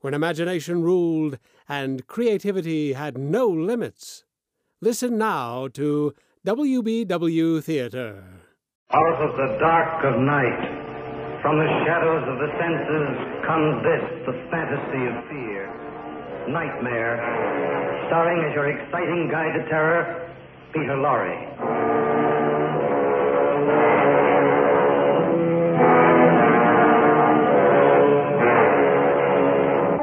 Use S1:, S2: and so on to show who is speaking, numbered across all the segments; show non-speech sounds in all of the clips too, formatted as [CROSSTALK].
S1: when imagination ruled and creativity had no limits. Listen now to WBW Theater.
S2: Out of the dark of night, from the shadows of the senses, comes this, the fantasy of fear. Nightmare, starring as your exciting guide to terror, Peter Lorre.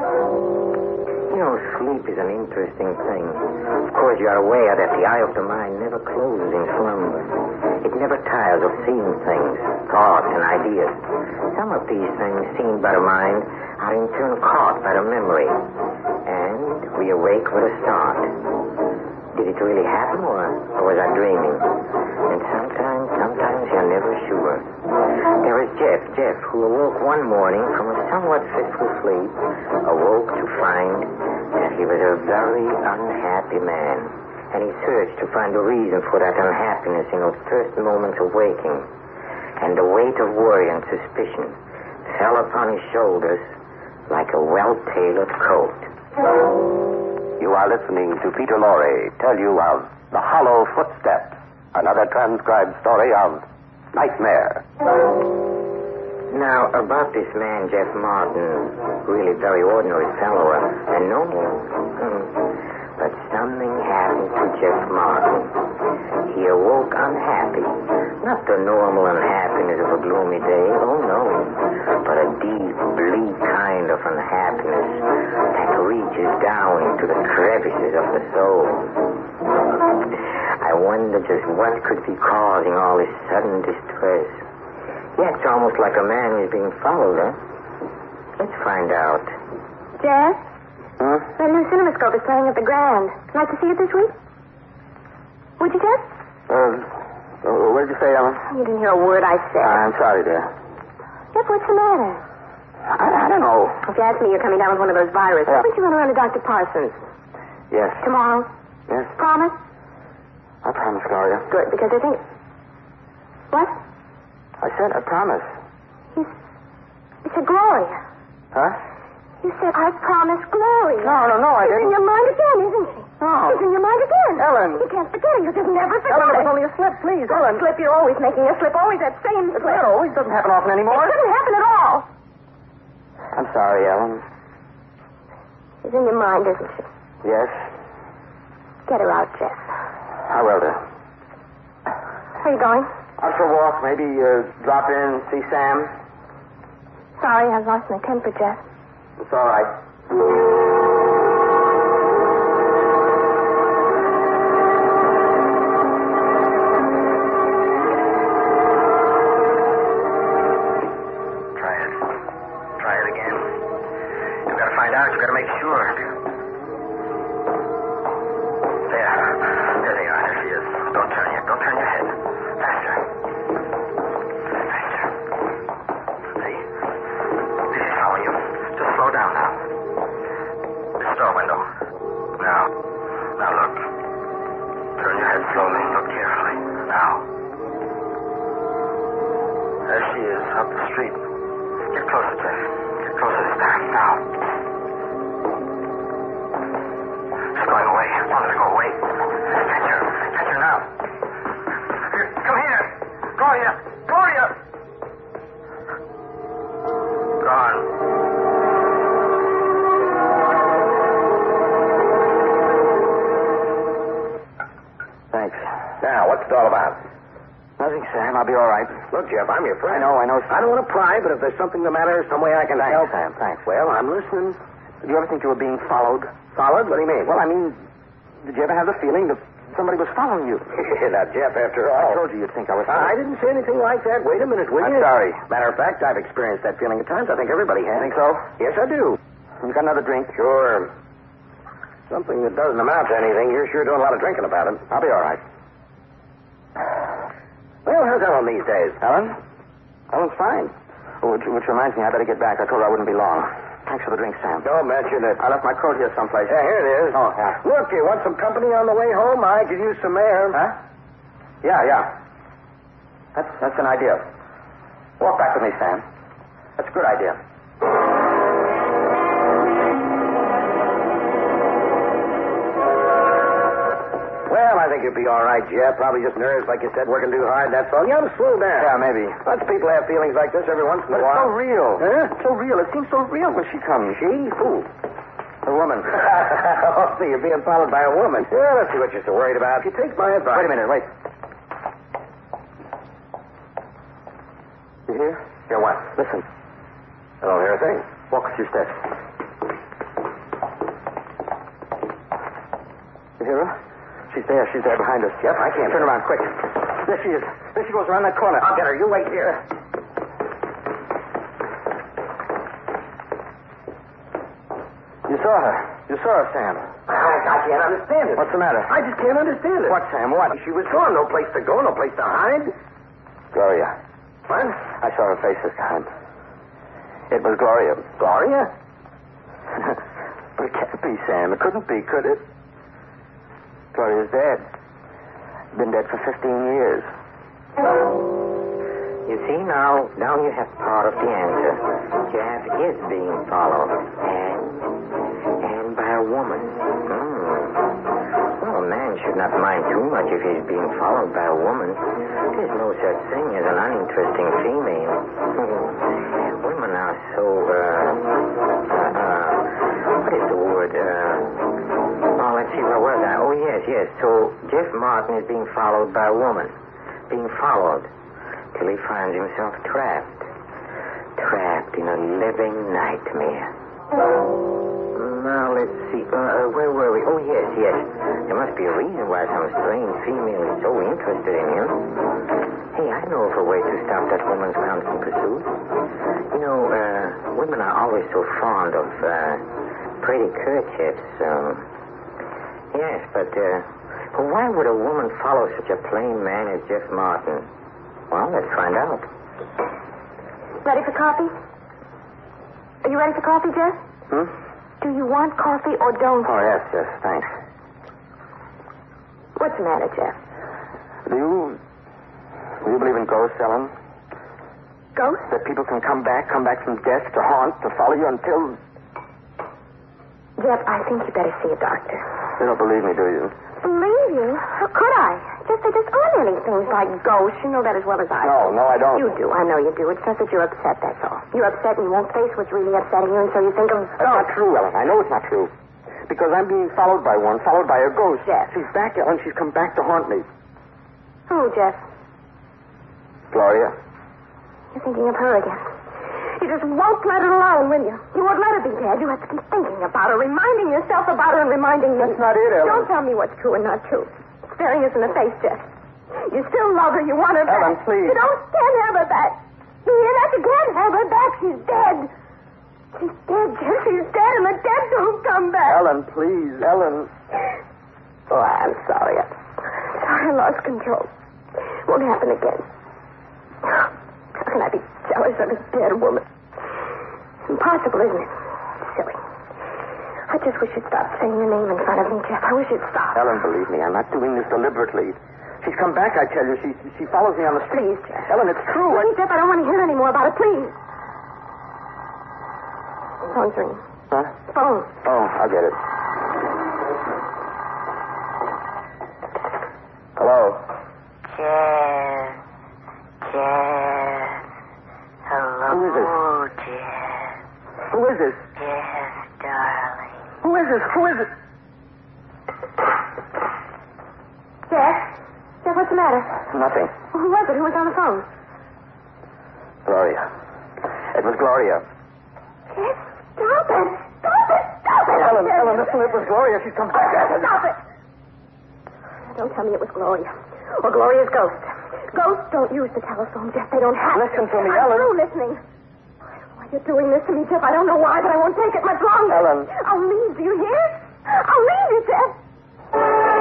S3: You know, sleep is an interesting thing. Of course, you're aware that the eye of the mind never closes in slumber. It never tires of seeing things, thoughts, and ideas. Some of these things seen by the mind are in turn caught by the memory. And we awake with a start. Did it really happen, or, or was I dreaming? And sometimes, sometimes you're never sure. There was Jeff, Jeff, who awoke one morning from a somewhat fitful sleep, awoke to find that he was a very unhappy man. And he searched to find a reason for that unhappiness in those first moments of waking. And the weight of worry and suspicion fell upon his shoulders like a well-tailored coat.
S4: You are listening to Peter Lorre tell you of The Hollow Footsteps, another transcribed story of Nightmare.
S3: Now, about this man, Jeff Martin, really very ordinary fellow, uh, and no more. Hmm. But something happened to Jeff Martin. He awoke unhappy. Not the normal unhappiness of a gloomy day, oh no, but a deep, bleak kind of unhappiness that reaches down into the crevices of the soul. I wonder just what could be causing all this sudden distress. Yeah, it's almost like a man who's being followed, huh? Let's find out.
S5: Jeff,
S4: Hmm?
S3: Huh?
S5: my new cinemascope is playing at the Grand. Like to see it this week? Would you, Jeff?
S4: Um, what did you say, Ellen? Ah,
S5: You didn't hear a word I said.
S4: I'm sorry, dear.
S5: Jeff, what's the matter?
S4: I, I don't know.
S5: If you ask me, you're coming down with one of those viruses.
S4: Yeah.
S5: Why don't you run around to Dr. Parsons?
S4: Yes.
S5: Tomorrow?
S4: Yes.
S5: Promise?
S4: I promise, Gloria.
S5: Good, because I think... What?
S4: I said I promise.
S5: You said Gloria.
S4: Huh?
S5: You said I promise Gloria.
S4: No, no, no, I
S5: She's in
S4: didn't.
S5: your mind again, isn't she?
S4: No.
S5: She's in your mind again.
S4: Ellen.
S5: You can't forget it. You just never forget
S4: Ellen, it
S5: it.
S4: was only a slip, please. Ellen.
S5: Slip, you're always making a slip. Always that same slip.
S4: That always doesn't happen often
S5: It
S4: anymore.
S5: doesn't happen at all.
S4: I'm sorry, Ellen.
S5: She's in your mind, isn't she?
S4: Yes. Ah,
S5: Get her out, Jeff.
S4: I will do.
S5: Where are you going?
S4: Out for a walk, maybe uh, drop in, see Sam.
S5: Sorry, I've lost my temper, Jeff.
S4: It's all right.
S3: Try it. Try it again. You've got to find out. You've got to make sure. There. There they are. There she is. Don't turn yet. Don't turn your head. Faster. Faster. See? See, she's following you. Just slow down now. This door window. Now. Now look. Turn your head slowly. Look carefully. Now. There she is, up the street. Get closer, Jeff. Get closer this time. Now. She's going away. I want her to go away. Catch her. Catch her now. Here, Come here. Gloria. Gloria. Gone.
S4: Thanks. Now, what's it all about? Nothing, Sam. I'll be all right.
S3: Look, Jeff, I'm your
S4: I know, I know.
S3: I don't want to pry, but if there's something the matter, some way I can
S4: Thanks,
S3: help.
S4: Sam. Thanks.
S3: Well, I'm listening.
S4: Did you ever think you were being followed?
S3: Solid? What do you mean?
S4: Well, I mean, did you ever have the feeling that somebody was following
S3: [LAUGHS]
S4: you?
S3: now, Jeff, after
S4: I
S3: all.
S4: told you you'd think I was.
S3: Uh, I didn't say anything like that. Wait a minute, will
S4: I'm
S3: you?
S4: sorry.
S3: Matter of fact, I've experienced that feeling at times. I think everybody has.
S4: Think so?
S3: Yes, I do.
S4: You got another drink?
S3: Sure.
S4: Something that doesn't amount to anything. You're sure doing a lot of drinking about it. I'll be all right. Well, how's Ellen these days, Ellen? Ellen's fine.
S3: Oh, Which, which reminds me, I better get back. I told her I wouldn't be long. Thanks for the drink, Sam.
S4: Don't mention it.
S3: I left my coat here someplace.
S4: Yeah, here it is.
S3: Oh, yeah.
S4: Look, you want some company on the way home? I could use some air.
S3: Huh?
S4: Yeah, yeah.
S3: That's, that's an idea. Walk back with me, Sam. That's a good idea.
S4: Well, I think you'll be all right, Jeff. Probably just nerves, like you said, working too hard. That's all. You ought to slow down.
S3: Yeah, maybe.
S4: Lots of people have feelings like this every once in
S3: But
S4: a
S3: it's
S4: while.
S3: so real.
S4: Huh?
S3: It's so real. It seems so real when she comes.
S4: She? Who?
S3: The
S4: [LAUGHS]
S3: woman.
S4: oh, so you're being followed by a woman. Yeah, let's see what you're so worried about. If you take my advice.
S3: Wait a minute, wait. You hear?
S4: Hear what?
S3: Listen.
S4: I don't hear a thing.
S3: Walk a few steps. You hear her? She's there. She's there behind us.
S4: Yep, I can't.
S3: Turn around, quick. There she is. There she goes around that corner.
S4: I'll get her. You wait here.
S3: You saw her. You saw her, Sam.
S4: I, I can't understand it.
S3: What's the matter?
S4: I just can't understand it.
S3: What, Sam? What?
S4: She was gone. No place to go, no place to hide.
S3: Gloria.
S4: What?
S3: I saw her face this time. It was Gloria.
S4: Gloria?
S3: [LAUGHS] but it can't be, Sam. It couldn't be, could it? Gloria's dead. Been dead for 15 years. You see, now, now you have part of the answer. Jeff is being followed. And, and by a woman. Hmm. Well, a man should not mind too much if he's being followed by a woman. There's no such thing as an uninteresting female. Hmm. Women are so, uh, uh, uh, what is the word? Uh, oh, let's see, where was I? Oh, yes, yes. So Jeff Martin is being followed by a woman. Being followed till he finds himself trapped. Trapped in a living nightmare. Now, let's see. Uh, uh, where were we? Oh, yes, yes. There must be a reason why some strange female is so interested in him. Hey, I know of a way to stop that woman's constant pursuit. You know, uh, women are always so fond of uh, pretty kerchiefs. Um, Yes, but, uh, but why would a woman follow such a plain man as Jeff Martin? Well, let's find out.
S5: Ready for coffee? Are you ready for coffee, Jeff?
S3: Hmm?
S5: Do you want coffee or don't?
S3: Oh, yes, yes, thanks.
S5: What's the matter, Jeff?
S3: Do you, do you believe in ghosts, Ellen?
S5: Ghost?
S3: That people can come back, come back from death to haunt, to follow you until...
S5: Jeff, I think you better see a doctor.
S3: You don't believe me, do you?
S5: Believe you? How could I? Jeff, there just aren't any things like ghosts. You know that as well as I.
S3: No, no, I don't.
S5: You do. I know you do. It's just that you're upset, that's all. You're upset and you won't face what's really upsetting you, and so you think of
S3: That's not true, Ellen. I know it's not true. Because I'm being followed by one, followed by a ghost.
S5: Yes.
S3: She's back, Ellen. She's come back to haunt me.
S5: Oh, Jeff,
S3: Gloria?
S5: you're thinking of her again. You just won't let it alone, will you? You won't let her be dead. You have to keep thinking about her, reminding yourself about her, and reminding me.
S3: That's not it, Ellen.
S5: Don't tell me what's true and not true. Staring us in the face, Jeff. You still love her. You want her back.
S3: Ellen, please.
S5: You don't can't have her back. You hear that? You can't have her back. She's dead. She's dead, Jeff. She's dead, and the dead don't come back.
S3: Ellen, please, Ellen.
S5: Oh, I'm sorry. I'm sorry I lost control. Won't happen again. How can I be jealous of a dead woman? It's impossible, isn't it? Silly. I just wish you'd stop saying your name in front of me, Jeff. I wish you'd stop.
S3: Ellen, believe me, I'm not doing this deliberately. She's come back, I tell you. She she follows me on the street.
S5: Please, Jeff.
S3: Ellen, it's true. I...
S5: Please, Jeff, I don't want to hear any more about it. Please. Phone's ringing.
S3: Huh?
S5: Phone.
S3: Oh, I'll get it. Hello.
S6: Jeff. Jeff. Hello,
S3: Who is it?
S6: Jeff.
S3: Who is this?
S6: Jeff, darling.
S3: Who is this? Who is it?
S5: Jeff? Jeff, what's the matter?
S3: Nothing.
S5: Who was it? Who was on the phone?
S3: Gloria. It was Gloria.
S5: Jeff, stop it. Stop it. Stop it.
S3: Ellen,
S5: Jeff.
S3: Ellen, listen, it was Gloria. She's come back.
S5: Stop it! Don't tell me it was Gloria. Or Gloria's ghost. Ghosts don't use the telephone, Jeff. They don't have
S3: Listen
S5: to.
S3: to me,
S5: I'm
S3: Ellen.
S5: through listening. Why are you doing this to me, Jeff? I don't know why, but I won't take it much longer.
S3: Ellen.
S5: I'll leave. Do you hear? I'll leave you there.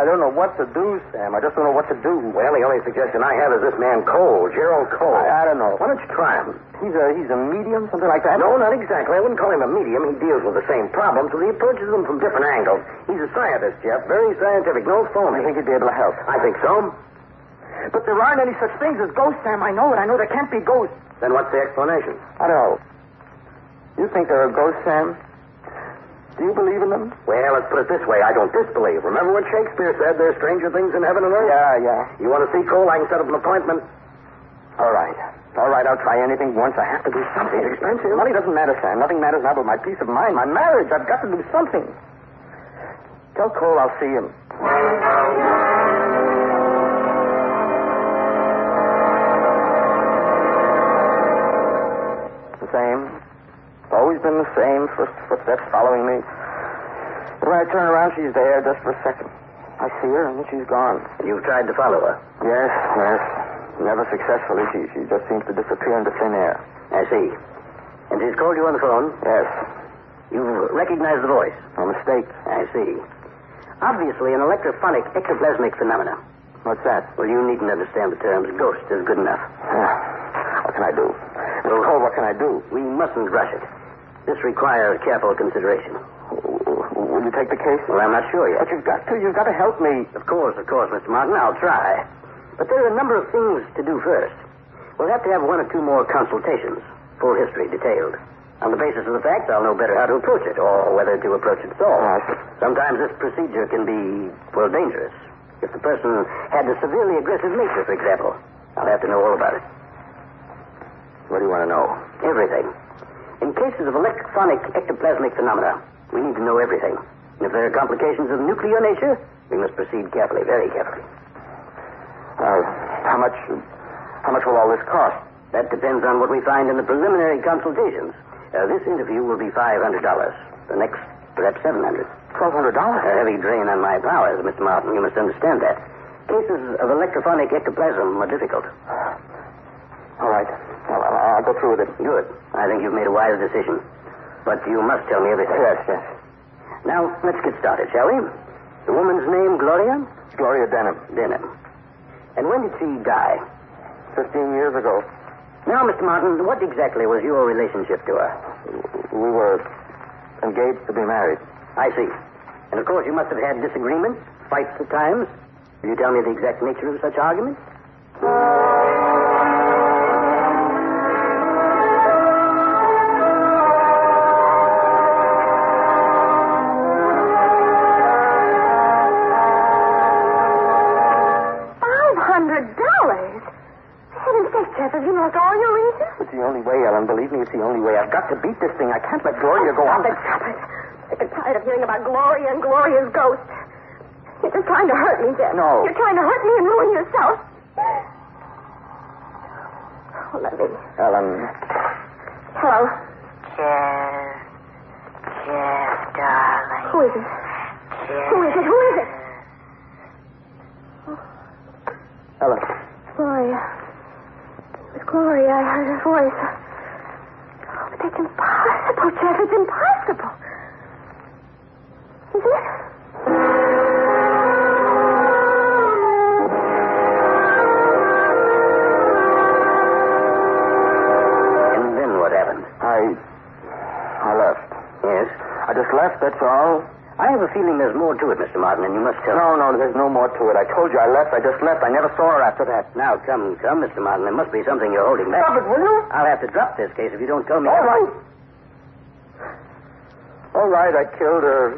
S4: I don't know what to do, Sam. I just don't know what to do.
S3: Well, the only suggestion I have is this man Cole, Gerald Cole.
S4: I, I don't know.
S3: Why don't you try him?
S4: He's a he's a medium, something like that.
S3: No, not exactly. I wouldn't call him a medium. He deals with the same problems, but he approaches them from different angles. He's a scientist, Jeff. Very scientific. No
S4: I
S3: phony.
S4: think he'd be able to help.
S3: I think so.
S7: But there aren't any such things as ghosts, Sam. I know it. I know there can't be ghosts.
S3: Then what's the explanation?
S4: I don't know. You think there are ghosts, Sam? Do you believe in them?
S3: Well, let's put it this way. I don't disbelieve. Remember what Shakespeare said? There's stranger things in heaven and earth?
S4: Yeah, yeah.
S3: You want to see Cole? I can set up an appointment.
S4: All right. All right, I'll try anything once. I have to do something.
S3: It's expensive.
S4: Money doesn't matter, Sam. Nothing matters now but my peace of mind, my marriage. I've got to do something. Tell Cole I'll see him. The same. It's always been the same. First footsteps following me. When I turn around, she's there just for a second. I see her, and then she's gone.
S3: You've tried to follow her.
S4: Yes, yes. Never successfully. She, she just seems to disappear into thin air.
S3: I see. And she's called you on the phone.
S4: Yes.
S3: You've recognized the voice.
S4: No mistake.
S3: I see. Obviously, an electrophonic ectoplasmic phenomena.
S4: What's that?
S3: Well, you needn't understand the terms. Ghost is good enough. Ah,
S4: Yeah. What can I do?
S3: Well-
S4: Well, Cole, what can I do?
S3: We mustn't rush it. This requires careful consideration.
S4: Will you take the case?
S3: Well, I'm not sure yet.
S4: But you've got to. You've got to help me.
S3: Of course, of course, Mr. Martin, I'll try. But there are a number of things to do first. We'll have to have one or two more consultations, full history detailed. On the basis of the fact, I'll know better how to approach it, or whether to approach it at all.
S4: Yes.
S3: Sometimes this procedure can be, well, dangerous. If the person had a severely aggressive nature, for example, I'll have to know all about it.
S4: What do you want to know?
S3: Everything. In cases of electronic ectoplasmic phenomena, we need to know everything. And if there are complications of nuclear nature, we must proceed carefully, very carefully.
S4: Uh, how much? How much will all this cost?
S3: That depends on what we find in the preliminary consultations. Uh, this interview will be $500. The next, perhaps 700
S4: Twelve hundred dollars.
S3: A heavy drain on my powers, Mr. Martin. You must understand that. Cases of electrophonic ectoplasm are difficult.
S4: All right. Well, I'll, I'll go through with it.
S3: Good. I think you've made a wise decision. But you must tell me everything.
S4: Yes, yes.
S3: Now, let's get started, shall we? The woman's name, Gloria?
S4: Gloria Denham,
S3: Denham. And when did she die?
S4: fifteen years ago,
S3: Now, Mr. Martin, what exactly was your relationship to her?
S4: we were engaged to be married.
S3: I see. And of course, you must have had disagreements, fights at times. Will you tell me the exact nature of such arguments?
S5: Five hundred dollars? Heaven's sake, Jeff, have you lost all your wages?
S4: It's the only way, Ellen. Believe me, it's the only way. I've got to beat this thing. I can't let Gloria go on.
S5: Stop it, stop it. I get tired of hearing about Gloria and Gloria's ghost. You're just trying to hurt me, Jeff.
S4: No.
S5: You're trying to hurt me and ruin yourself. Oh, let me.
S4: Ellen,
S5: Hello.
S6: Jeff. Jeff, darling.
S5: Who is it? Who is it? Who is it?
S4: Ellen,
S5: Gloria. It was Gloria. I heard her voice. Oh, but that's impossible, Jeff. It's impossible. Is it?
S3: And then what happened?
S4: I, I left.
S3: Yes.
S4: I just left. That's all.
S3: I have a feeling there's more to it, Mr. Martin, and you must tell
S4: No, no, there's no more to it. I told you I left. I just left. I never saw her after that.
S3: me. Now, come, come, Mr. Martin. There must be something you're holding back.
S4: Stop it, will you?
S3: I'll have to drop this case if you don't tell me.
S4: All right. All right, I killed her.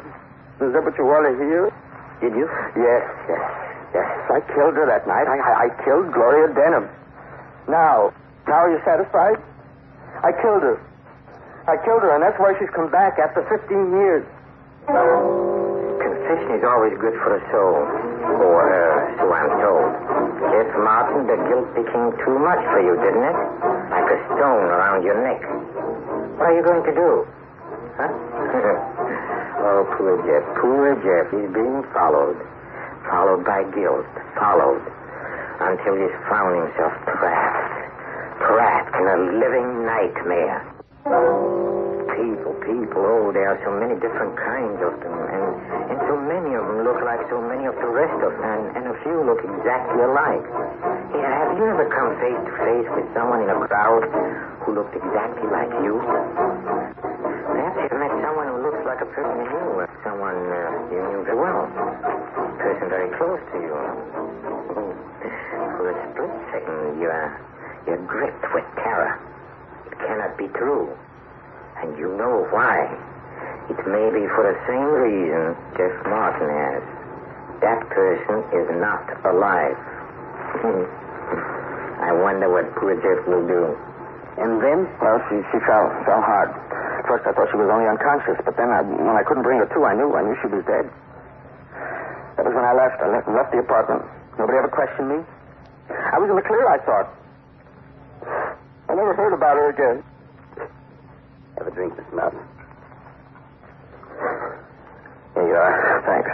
S4: Is that what you want to hear?
S3: Did you?
S4: Yes, yes, yes. I killed her that night. I, I, I killed Gloria Denham. Now, now are you satisfied? I killed her. I killed her, and that's why she's come back after 15 years.
S3: Confession is always good for a soul. Or her, so I'm told. Yes, Martin, the guilt became too much for you, didn't it? Like a stone around your neck. What are you going to do? Huh? oh, poor Jeff, poor Jeff. He's being followed. Followed by guilt. Followed. Until he's found himself trapped. trapped in a living nightmare. People, people, oh, there are so many different kinds of them, and, and so many of them look like so many of the rest of them, and, and a few look exactly alike. Yeah, have you ever come face to face with someone in a crowd who looked exactly like you? Perhaps you've met someone who looks like a person you knew, or someone uh, you knew very well, a person very close to you. Oh, For a split second, you are, you're gripped with terror. It cannot be true. And you know why. It may be for the same reason Jeff Martin has. That person is not alive.
S4: Hmm.
S3: I wonder what poor Jeff will do.
S4: And then? Well, she, she fell, fell hard. First, I thought she was only unconscious, but then I, when I couldn't bring her to, I knew, I knew she was dead. That was when I left. I left, left the apartment. Nobody ever questioned me. I was in the clear, I thought. I never heard about her again. Have a drink, Miss Mountain. Here you are. Thanks.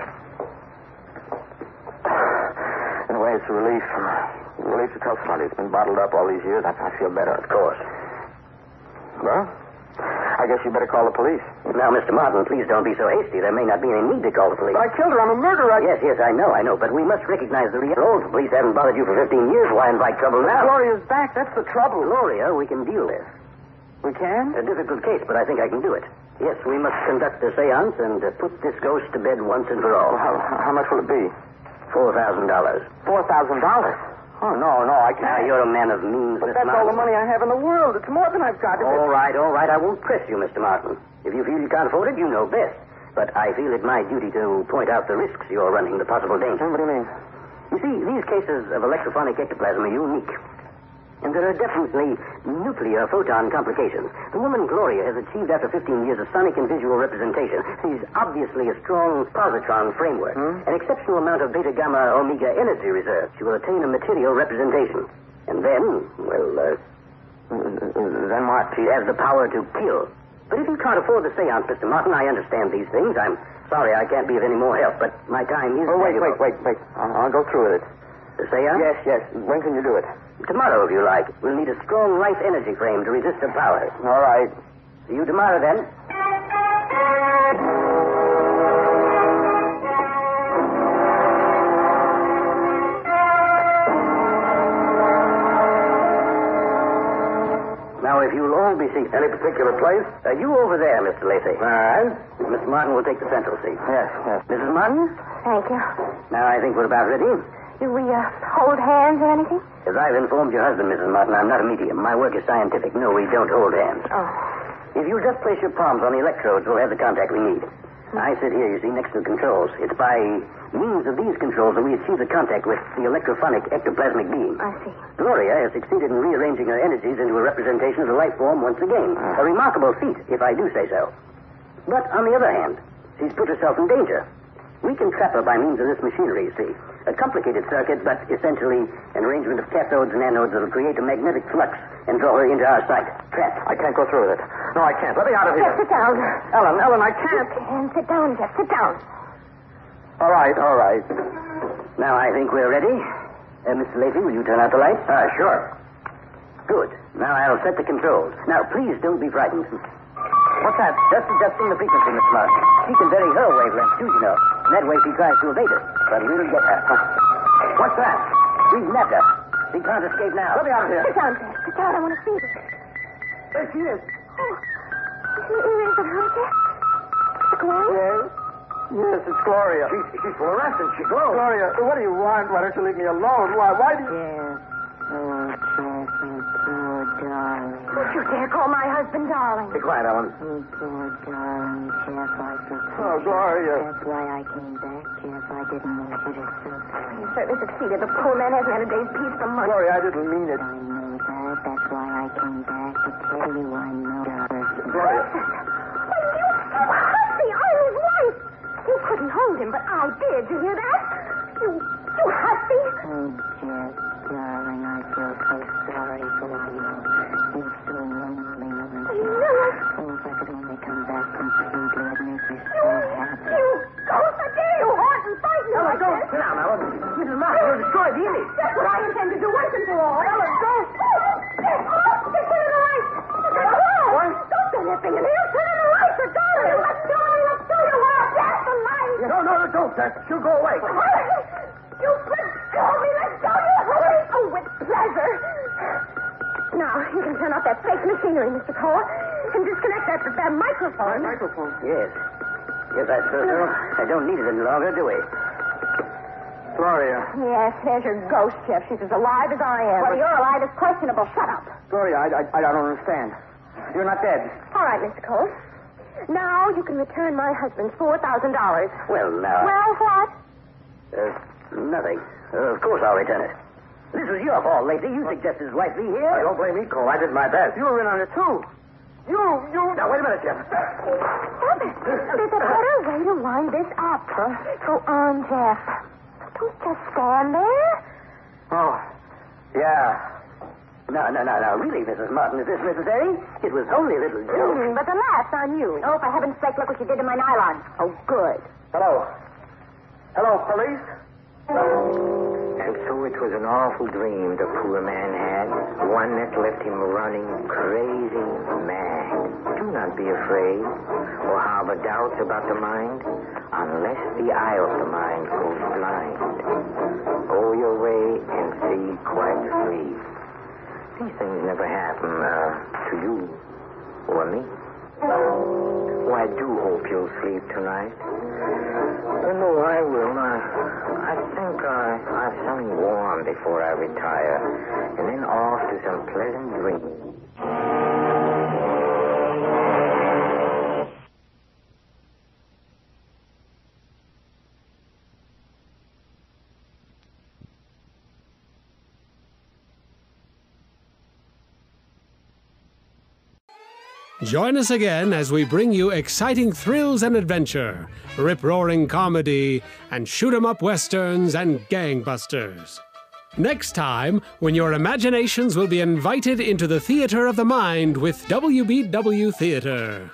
S4: In a way, it's a relief. A relief to tell somebody. It's been bottled up all these years. I, I feel better. Of course. Well, I guess you better call the police.
S3: Now, Mr. Martin, please don't be so hasty. There may not be any need to call the police.
S4: But I killed her. I'm a murderer. I...
S3: Yes, yes, I know, I know. But we must recognize the real roles. The police haven't bothered you for 15 years. Why invite trouble now?
S4: Gloria's back. That's the trouble.
S3: Gloria, we can deal with.
S4: We can?
S3: A difficult case, but I think I can do it. Yes, we must conduct a seance and uh, put this ghost to bed once and for all.
S4: Well, how, how much will it be?
S3: $4,000.
S4: Four thousand dollars. Oh no, no, I
S3: Now,
S4: can't.
S3: you're a man of means,
S4: but
S3: Mr.
S4: that's all the money
S3: Martin.
S4: I have in the world. It's more than I've got.
S3: All right, all right. I won't press you, Mr. Martin. If you feel you can't afford it, you know best. But I feel it my duty to point out the risks you're running, the possible danger.
S4: Hmm, What do you mean?
S3: You see, these cases of electrophonic ectoplasm are unique. And there are definitely nuclear photon complications. The woman Gloria has achieved after 15 years of sonic and visual representation. She's obviously a strong positron framework,
S4: Hmm?
S3: an exceptional amount of beta gamma omega energy reserve. She will attain a material representation. And then, well, uh, Mm, then what? She has the power to kill. But if you can't afford the seance, Mr. Martin, I understand these things. I'm sorry I can't be of any more help, but my time is.
S4: Oh, wait,
S3: valuable.
S4: wait, wait, wait. I'll, I'll go through with it.
S3: The seance?
S4: Yes, yes. When can you do it?
S3: Tomorrow, if you like. We'll need a strong life energy frame to resist her power.
S4: All right.
S3: See you tomorrow, then. Now, if you'll all be seated. Any particular place? Uh, you over there, Mr. Lacey. All right. Miss Martin will take the central seat.
S4: Yes, yes.
S3: Mrs. Martin?
S5: Thank you.
S3: Now, I think we're about ready.
S5: Do we uh, hold hands or anything?
S3: As I've informed your husband, Mrs. Martin, I'm not a medium. My work is scientific. No, we don't hold hands.
S5: Oh.
S3: If you just place your palms on the electrodes, we'll have the contact we need. I sit here, you see, next to the controls. It's by means of these controls that we achieve the contact with the electrophonic ectoplasmic beam.
S5: I see.
S3: Gloria has succeeded in rearranging her energies into a representation of the life form once again.
S4: Ah.
S3: A remarkable feat, if I do say so. But on the other hand, she's put herself in danger. We can trap her by means of this machinery, you see. A complicated circuit, but essentially an arrangement of cathodes and anodes that'll create a magnetic flux and draw her into our sight. Trap.
S4: I can't go through with it. No, I can't. Let me out of
S5: Jeff,
S3: [LAUGHS]
S4: here.
S5: sit down.
S4: Ellen, Ellen, I can't.
S5: And sit down, Jeff. Sit down.
S4: All right, all right.
S3: Now I think we're ready. Uh, Mr. Lacey, will you turn out the light? Ah, sure. Good. Now I'll set the controls. Now, please don't be frightened. What's that? Just adjusting the frequency, Miss Martin. She can vary her wavelength, too, you know. And that way she tries to evade us. But we'll get her. What's that? We've nabbed her. She can't escape now.
S4: Let me out of here.
S5: Sit down, Jeff. Sit down. I want to see you.
S4: There she is.
S5: Oh. Is it her, Jeff? Gloria?
S4: Yes? Yes, it's Gloria. She, she's fluorescent. She glows. Gloria, what do you want? Why don't you leave me alone? Why, why do you...
S5: Don't you dare call my husband darling.
S4: Be quiet, Ellen. Oh, Gloria.
S8: That's why I came back, Jeff. I didn't want you to suffer.
S5: You certainly succeeded. The poor man hasn't had a day's peace for months.
S4: Gloria, I didn't mean it.
S8: I know that. That's why I came back to tell you I know that.
S4: Gloria.
S5: And you so happy. I'm his wife. You couldn't hold him, but I did. You hear that? You, you hussy.
S8: Oh, Jeff, darling, I feel so sorry for you. You're so lonely, aren't you?
S5: No,
S8: Oh, if I could only come back completely, I'd make you so happy.
S5: you ghost. How dare you haunt and frighten him like this?
S3: Sit down, Ellen. Mrs. Martin, you'll destroy the image.
S5: That's what I intend to do once and for all. Ellen, don't.
S4: Now, you go away.
S5: You let go of me! Let go of me! Oh, with pleasure. Now, you can turn off that fake machinery, Mr. Cole, and disconnect that, that microphone.
S7: Microphone.
S3: Yes. Yes, I suppose so. I don't need it any longer, do we?
S4: Gloria.
S5: Yes, there's your ghost, Jeff. She's as alive as I am. Well, you're alive is questionable. Shut up.
S4: Gloria, I, I, I don't understand. You're not dead.
S5: All right, Mr. Cole. Now you can return my husband's $4,000.
S3: Well, now.
S5: Well, what?
S3: Uh, nothing. Uh, of course I'll return it. This was your fault, Lacey. You suggested his wife be here.
S4: don't blame me, Cole. I did my best. You were in on it, too. You, you. Now, wait a minute, Jeff.
S5: Robert,
S3: [LAUGHS]
S5: there's a better way to wind this up. Go on, Jeff. Don't just stand there. [CLEARS THROAT]
S4: Oh, yeah.
S3: No, no, no, no. Really, Mrs. Martin, is this necessary? It was only a little joke.
S5: But the laugh's on you. Oh, for heaven's sake, look what you did to my nylon. Oh, good.
S4: Hello. Hello, police?
S3: And so it was an awful dream the poor man had, one that left him running crazy mad. Do not be afraid or harbor doubts about the mind, unless the eye of the mind goes blind. Go your way and see quite free. These things never happen uh, to you or me. Oh, I do hope you'll sleep tonight. Oh, no, I will. I, I think I, I've something warm before I retire, and then off to some pleasant dreams.
S1: Join us again as we bring you exciting thrills and adventure, rip roaring comedy, and shoot 'em up westerns and gangbusters. Next time, when your imaginations will be invited into the theater of the mind with WBW Theater.